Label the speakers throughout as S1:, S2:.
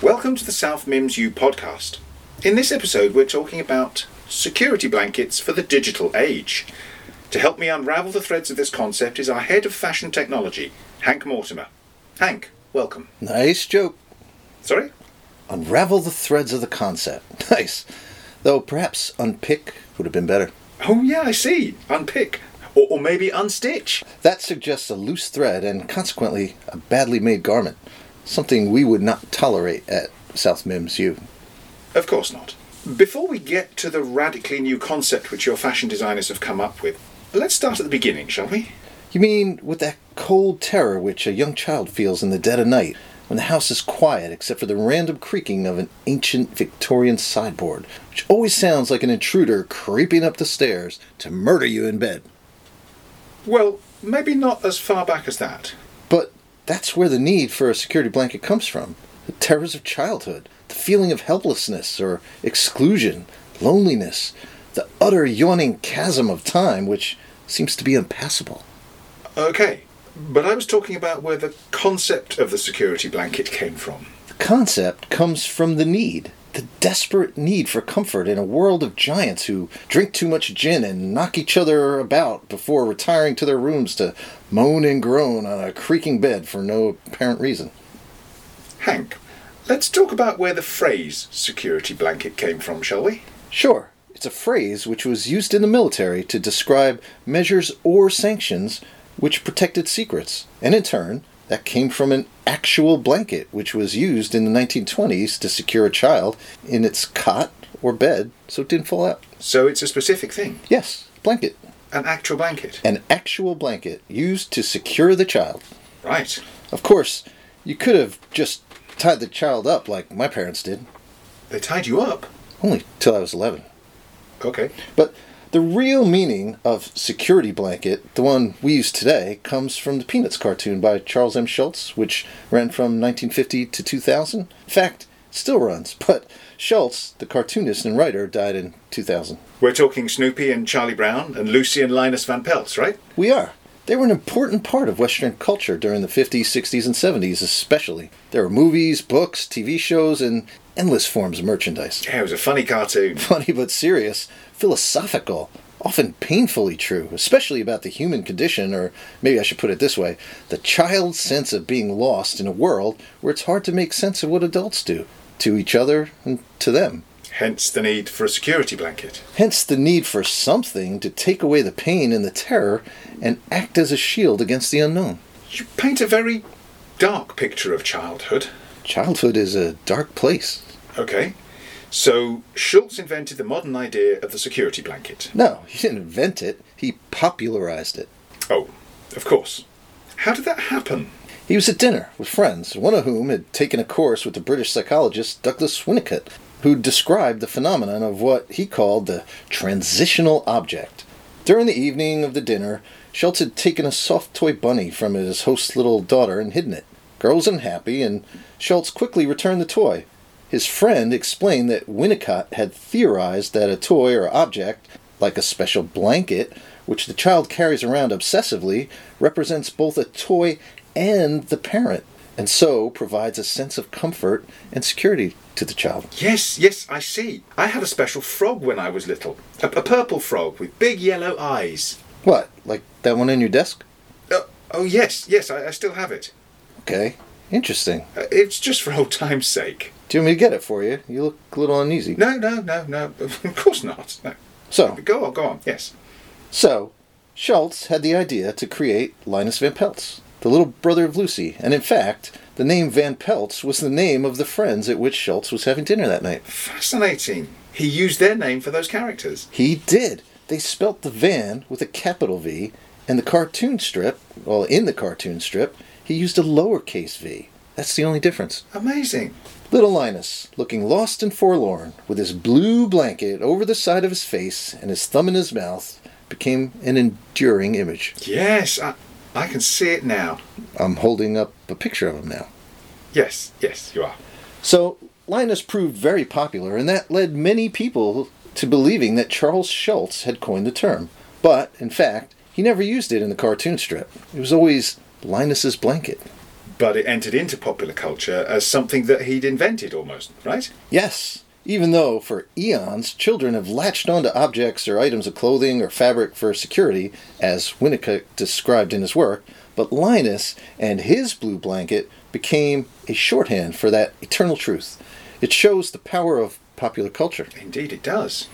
S1: Welcome to the South Mims U podcast. In this episode, we're talking about security blankets for the digital age. To help me unravel the threads of this concept is our head of fashion technology, Hank Mortimer. Hank, welcome.
S2: Nice joke.
S1: Sorry?
S2: Unravel the threads of the concept. Nice. Though perhaps unpick would have been better.
S1: Oh, yeah, I see. Unpick. Or, or maybe unstitch.
S2: That suggests a loose thread and consequently a badly made garment. Something we would not tolerate at South Mims U.
S1: Of course not. Before we get to the radically new concept which your fashion designers have come up with, let's start at the beginning, shall we?
S2: You mean with that cold terror which a young child feels in the dead of night when the house is quiet except for the random creaking of an ancient Victorian sideboard, which always sounds like an intruder creeping up the stairs to murder you in bed.
S1: Well, maybe not as far back as that.
S2: But that's where the need for a security blanket comes from. The terrors of childhood, the feeling of helplessness or exclusion, loneliness, the utter yawning chasm of time which seems to be impassable.
S1: Okay, but I was talking about where the concept of the security blanket came from.
S2: The concept comes from the need, the desperate need for comfort in a world of giants who drink too much gin and knock each other about before retiring to their rooms to moan and groan on a creaking bed for no apparent reason.
S1: Hank, let's talk about where the phrase security blanket came from, shall we?
S2: Sure, it's a phrase which was used in the military to describe measures or sanctions which protected secrets, and in turn, that came from an actual blanket which was used in the 1920s to secure a child in its cot or bed so it didn't fall out.
S1: So it's a specific thing,
S2: Yes, blanket.
S1: an actual blanket.
S2: An actual blanket used to secure the child.
S1: Right.
S2: Of course, you could have just tied the child up like my parents did,
S1: They tied you up.
S2: only till I was 11.
S1: Okay.
S2: But the real meaning of security blanket, the one we use today, comes from the Peanuts cartoon by Charles M. Schultz, which ran from 1950 to 2000. In fact, it still runs, but Schultz, the cartoonist and writer, died in 2000.
S1: We're talking Snoopy and Charlie Brown and Lucy and Linus Van Pelt, right?
S2: We are. They were an important part of Western culture during the 50s, 60s, and 70s, especially. There were movies, books, TV shows, and endless forms of merchandise.
S1: Yeah, it was a funny cartoon.
S2: funny but serious, philosophical, often painfully true, especially about the human condition, or maybe I should put it this way the child's sense of being lost in a world where it's hard to make sense of what adults do to each other and to them.
S1: Hence the need for a security blanket.
S2: Hence the need for something to take away the pain and the terror and act as a shield against the unknown.
S1: You paint a very dark picture of childhood.
S2: Childhood is a dark place.
S1: Okay. So Schultz invented the modern idea of the security blanket.
S2: No, he didn't invent it, he popularized it.
S1: Oh, of course. How did that happen?
S2: He was at dinner with friends, one of whom had taken a course with the British psychologist Douglas Winnicott, who described the phenomenon of what he called the transitional object. During the evening of the dinner, Schultz had taken a soft toy bunny from his host's little daughter and hidden it. Girl was unhappy, and Schultz quickly returned the toy. His friend explained that Winnicott had theorized that a toy or object, like a special blanket, which the child carries around obsessively, represents both a toy and the parent, and so provides a sense of comfort and security to the child.
S1: Yes, yes, I see. I had a special frog when I was little. A, a purple frog with big yellow eyes.
S2: What, like that one in your desk?
S1: Uh, oh, yes, yes, I, I still have it.
S2: Okay, interesting.
S1: Uh, it's just for old time's sake.
S2: Do you want me to get it for you? You look a little uneasy.
S1: No, no, no, no. Of course not. No.
S2: So,
S1: Go on, go on. Yes.
S2: So, Schultz had the idea to create Linus Van Peltz, the little brother of Lucy, and in fact, the name Van Peltz was the name of the friends at which Schultz was having dinner that night.
S1: Fascinating. He used their name for those characters.
S2: He did. They spelt the van with a capital V, and the cartoon strip, well, in the cartoon strip, he used a lowercase v. That's the only difference.
S1: Amazing.
S2: Little Linus, looking lost and forlorn, with his blue blanket over the side of his face and his thumb in his mouth, became an enduring image.
S1: Yes, I, I can see it now.
S2: I'm holding up a picture of him now.
S1: Yes, yes, you are.
S2: So Linus proved very popular, and that led many people to believing that Charles Schultz had coined the term. But in fact, he never used it in the cartoon strip. It was always Linus's blanket.
S1: but it entered into popular culture as something that he'd invented almost, right?
S2: Yes, even though for eons children have latched onto objects or items of clothing or fabric for security, as Winnicott described in his work, but Linus and his blue blanket became a shorthand for that eternal truth. It shows the power of popular culture.
S1: Indeed, it does.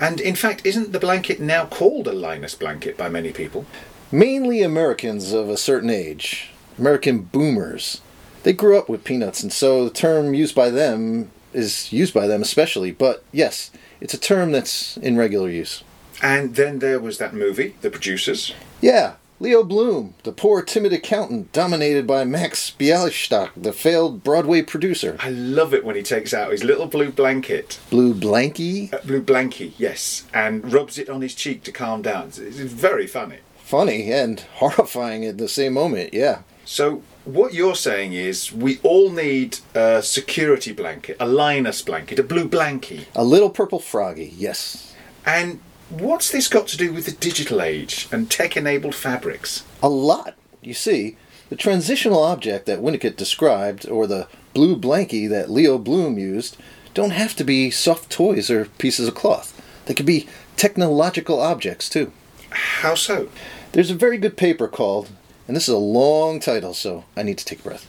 S1: And in fact, isn't the blanket now called a Linus blanket by many people?
S2: Mainly Americans of a certain age, American boomers. They grew up with peanuts, and so the term used by them is used by them especially, but yes, it's a term that's in regular use.
S1: And then there was that movie, The Producers.
S2: Yeah, Leo Bloom, the poor, timid accountant dominated by Max Bialystock, the failed Broadway producer.
S1: I love it when he takes out his little blue blanket,
S2: Blue Blanky?
S1: uh, blue blankie, yes, and rubs it on his cheek to calm down. It's, it's very funny.
S2: Funny and horrifying at the same moment, yeah.
S1: So, what you're saying is we all need a security blanket, a Linus blanket, a blue blankie.
S2: A little purple froggy, yes.
S1: And what's this got to do with the digital age and tech enabled fabrics?
S2: A lot, you see. The transitional object that Winnicott described, or the blue blankie that Leo Bloom used, don't have to be soft toys or pieces of cloth. They could be technological objects, too.
S1: How so?
S2: There's a very good paper called, and this is a long title, so I need to take a breath.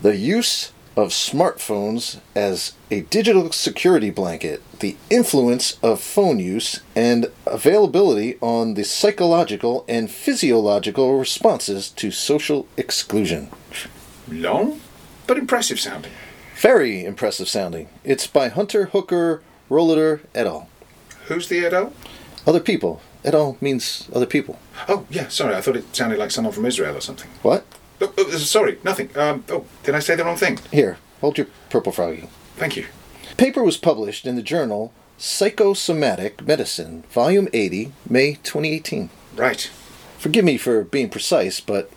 S2: The Use of Smartphones as a Digital Security Blanket The Influence of Phone Use and Availability on the Psychological and Physiological Responses to Social Exclusion.
S1: Long, but impressive sounding.
S2: Very impressive sounding. It's by Hunter Hooker Rolliter et al.
S1: Who's the adult?
S2: Other people. Et al. means other people.
S1: Oh, yeah, sorry, I thought it sounded like someone from Israel or something.
S2: What?
S1: Oh, oh, sorry, nothing. Um, oh, did I say the wrong thing?
S2: Here, hold your purple froggy.
S1: Thank you.
S2: paper was published in the journal Psychosomatic Medicine, Volume 80, May 2018.
S1: Right.
S2: Forgive me for being precise, but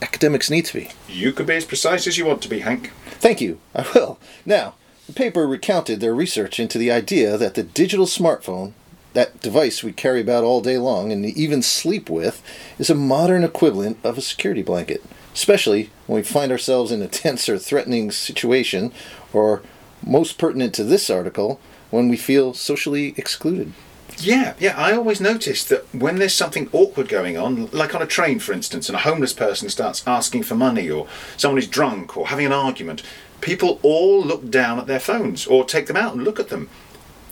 S2: academics need to be.
S1: You could be as precise as you want to be, Hank.
S2: Thank you, I will. Now, the paper recounted their research into the idea that the digital smartphone, that device we carry about all day long and even sleep with, is a modern equivalent of a security blanket, especially when we find ourselves in a tense or threatening situation, or most pertinent to this article, when we feel socially excluded.
S1: Yeah, yeah, I always notice that when there's something awkward going on, like on a train, for instance, and a homeless person starts asking for money, or someone is drunk, or having an argument, people all look down at their phones or take them out and look at them.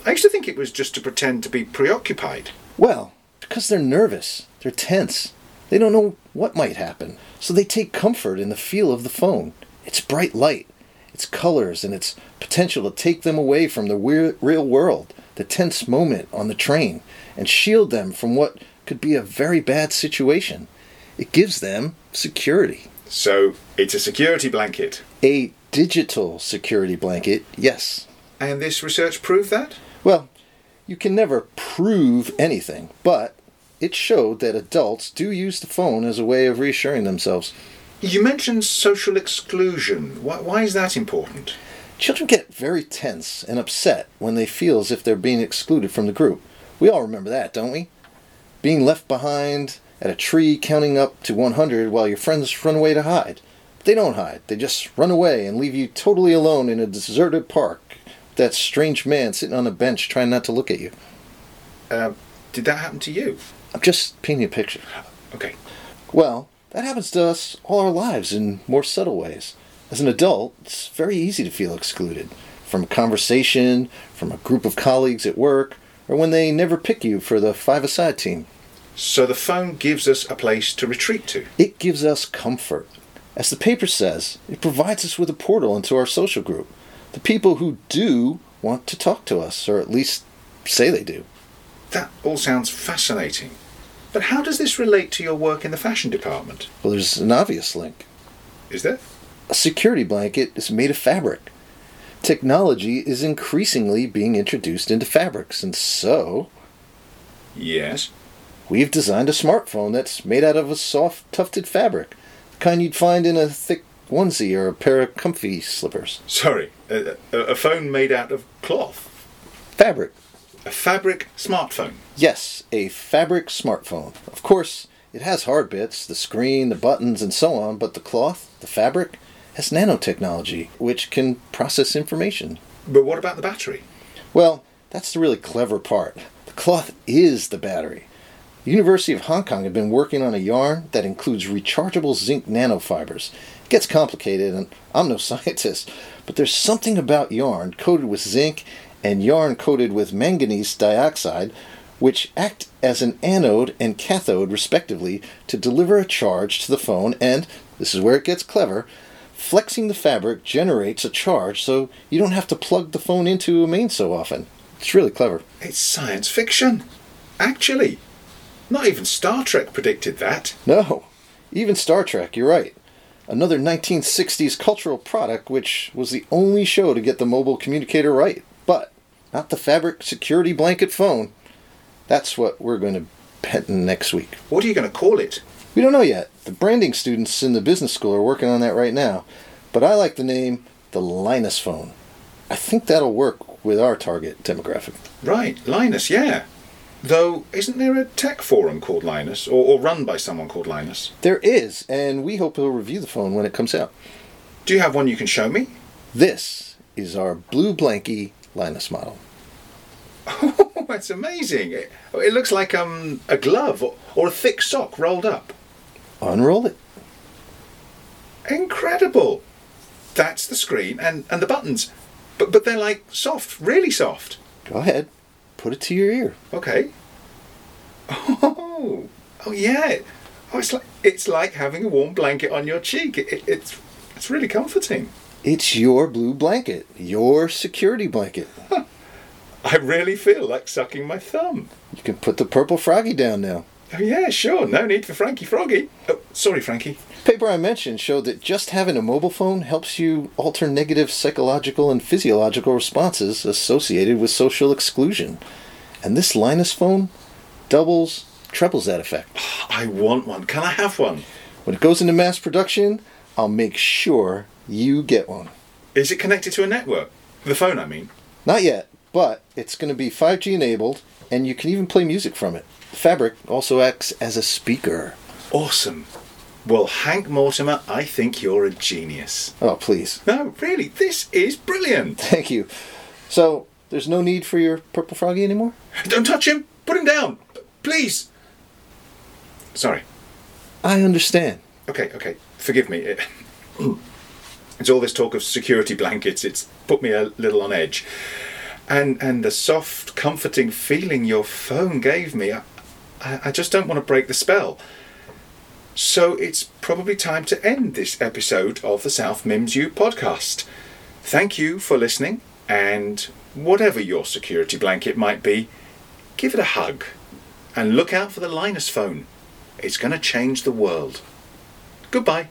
S1: I used to think it was just to pretend to be preoccupied.
S2: Well, because they're nervous, they're tense, they don't know what might happen, so they take comfort in the feel of the phone, its bright light, its colors, and its potential to take them away from the weir- real world, the tense moment on the train, and shield them from what could be a very bad situation. It gives them security.
S1: So it's a security blanket.
S2: A digital security blanket, yes.
S1: And this research proved that?
S2: Well, you can never prove anything, but it showed that adults do use the phone as a way of reassuring themselves.
S1: You mentioned social exclusion. Why, why is that important?
S2: Children get very tense and upset when they feel as if they're being excluded from the group. We all remember that, don't we? Being left behind at a tree counting up to 100 while your friends run away to hide. But they don't hide, they just run away and leave you totally alone in a deserted park. with That strange man sitting on a bench trying not to look at you.
S1: Uh, did that happen to you?
S2: I'm just painting a picture.
S1: Okay.
S2: Well, that happens to us all our lives in more subtle ways. As an adult, it's very easy to feel excluded from a conversation, from a group of colleagues at work, or when they never pick you for the five a side team.
S1: So the phone gives us a place to retreat to.
S2: It gives us comfort. As the paper says, it provides us with a portal into our social group. The people who do want to talk to us, or at least say they do.
S1: That all sounds fascinating. But how does this relate to your work in the fashion department?
S2: Well, there's an obvious link.
S1: Is there?
S2: A security blanket is made of fabric. Technology is increasingly being introduced into fabrics, and so
S1: Yes.
S2: we've designed a smartphone that's made out of a soft, tufted fabric, the kind you'd find in a thick onesie or a pair of comfy slippers.
S1: Sorry, a, a- a phone made out of cloth.
S2: Fabric.
S1: A fabric smartphone.
S2: Yes, a fabric smartphone. Of course, It has hard bits, the screen, the buttons, and so on, but the cloth, the fabric, has nanotechnology, which can process information.
S1: But what about the battery?
S2: Well, that's the really clever part. The cloth is the battery. The University of Hong Kong had been working on a yarn that includes rechargeable zinc nanofibers. It gets complicated, and I'm no scientist, but there's something about yarn coated with zinc and yarn coated with manganese dioxide which act as an anode and cathode, respectively, to deliver a charge to the phone, and this is where it gets clever. Flexing the fabric generates a charge so you don't have to plug the phone into a main so often. It's really clever.
S1: It's science fiction. Actually, not even Star Trek predicted that.
S2: No, even Star Trek, you're right. Another 1960s cultural product which was the only show to get the mobile communicator right. But not the fabric security blanket phone. That's what we're going to patent next week.
S1: What are you going to call it?
S2: We don't know yet. The branding students in the business school are working on that right now. But I like the name the Linus phone. I think that'll work with our target demographic.
S1: Right, Linus, yeah. Though, isn't there a tech forum called Linus, or, or run by someone called Linus?
S2: There is, and we hope he'll review the phone when it comes out.
S1: Do you have one you can show me?
S2: This is our blue blankie Linus model.
S1: Oh, that's amazing. It, oh, it looks like um, a glove or, or a thick sock rolled up.
S2: Unroll it.
S1: Incredible. That's the screen and, and the buttons. But, but they're like soft, really soft.
S2: Go ahead. Put it to your ear.
S1: Okay. Oh, oh yeah. Oh, it's like it's like having a warm blanket on your cheek. It, it, it's it's really comforting.
S2: It's your blue blanket, your security blanket.
S1: I really feel like sucking my thumb.
S2: You can put the purple froggy down now.
S1: Oh yeah, sure. No need for Frankie Froggy. Oh, sorry, Frankie.
S2: Paper I mentioned showed that just having a mobile phone helps you alter negative psychological and physiological responses associated with social exclusion. And this Linus phone doubles, trebles that effect.
S1: I want one. Can I have one?
S2: When it goes into mass production, I'll make sure you get one.
S1: Is it connected to a network? The phone, I mean.
S2: Not yet, but it's going to be 5G enabled, and you can even play music from it. Fabric also acts as a speaker.
S1: Awesome. Well, Hank Mortimer, I think you're a genius.
S2: Oh, please.
S1: No, really, this is brilliant.
S2: Thank you. So, there's no need for your purple froggy anymore?
S1: Don't touch him. Put him down, P- please. Sorry.
S2: I understand.
S1: Okay, okay. Forgive me. It- It's all this talk of security blankets. It's put me a little on edge, and and the soft, comforting feeling your phone gave me. I, I I just don't want to break the spell. So it's probably time to end this episode of the South Mims U podcast. Thank you for listening, and whatever your security blanket might be, give it a hug, and look out for the Linus phone. It's going to change the world. Goodbye.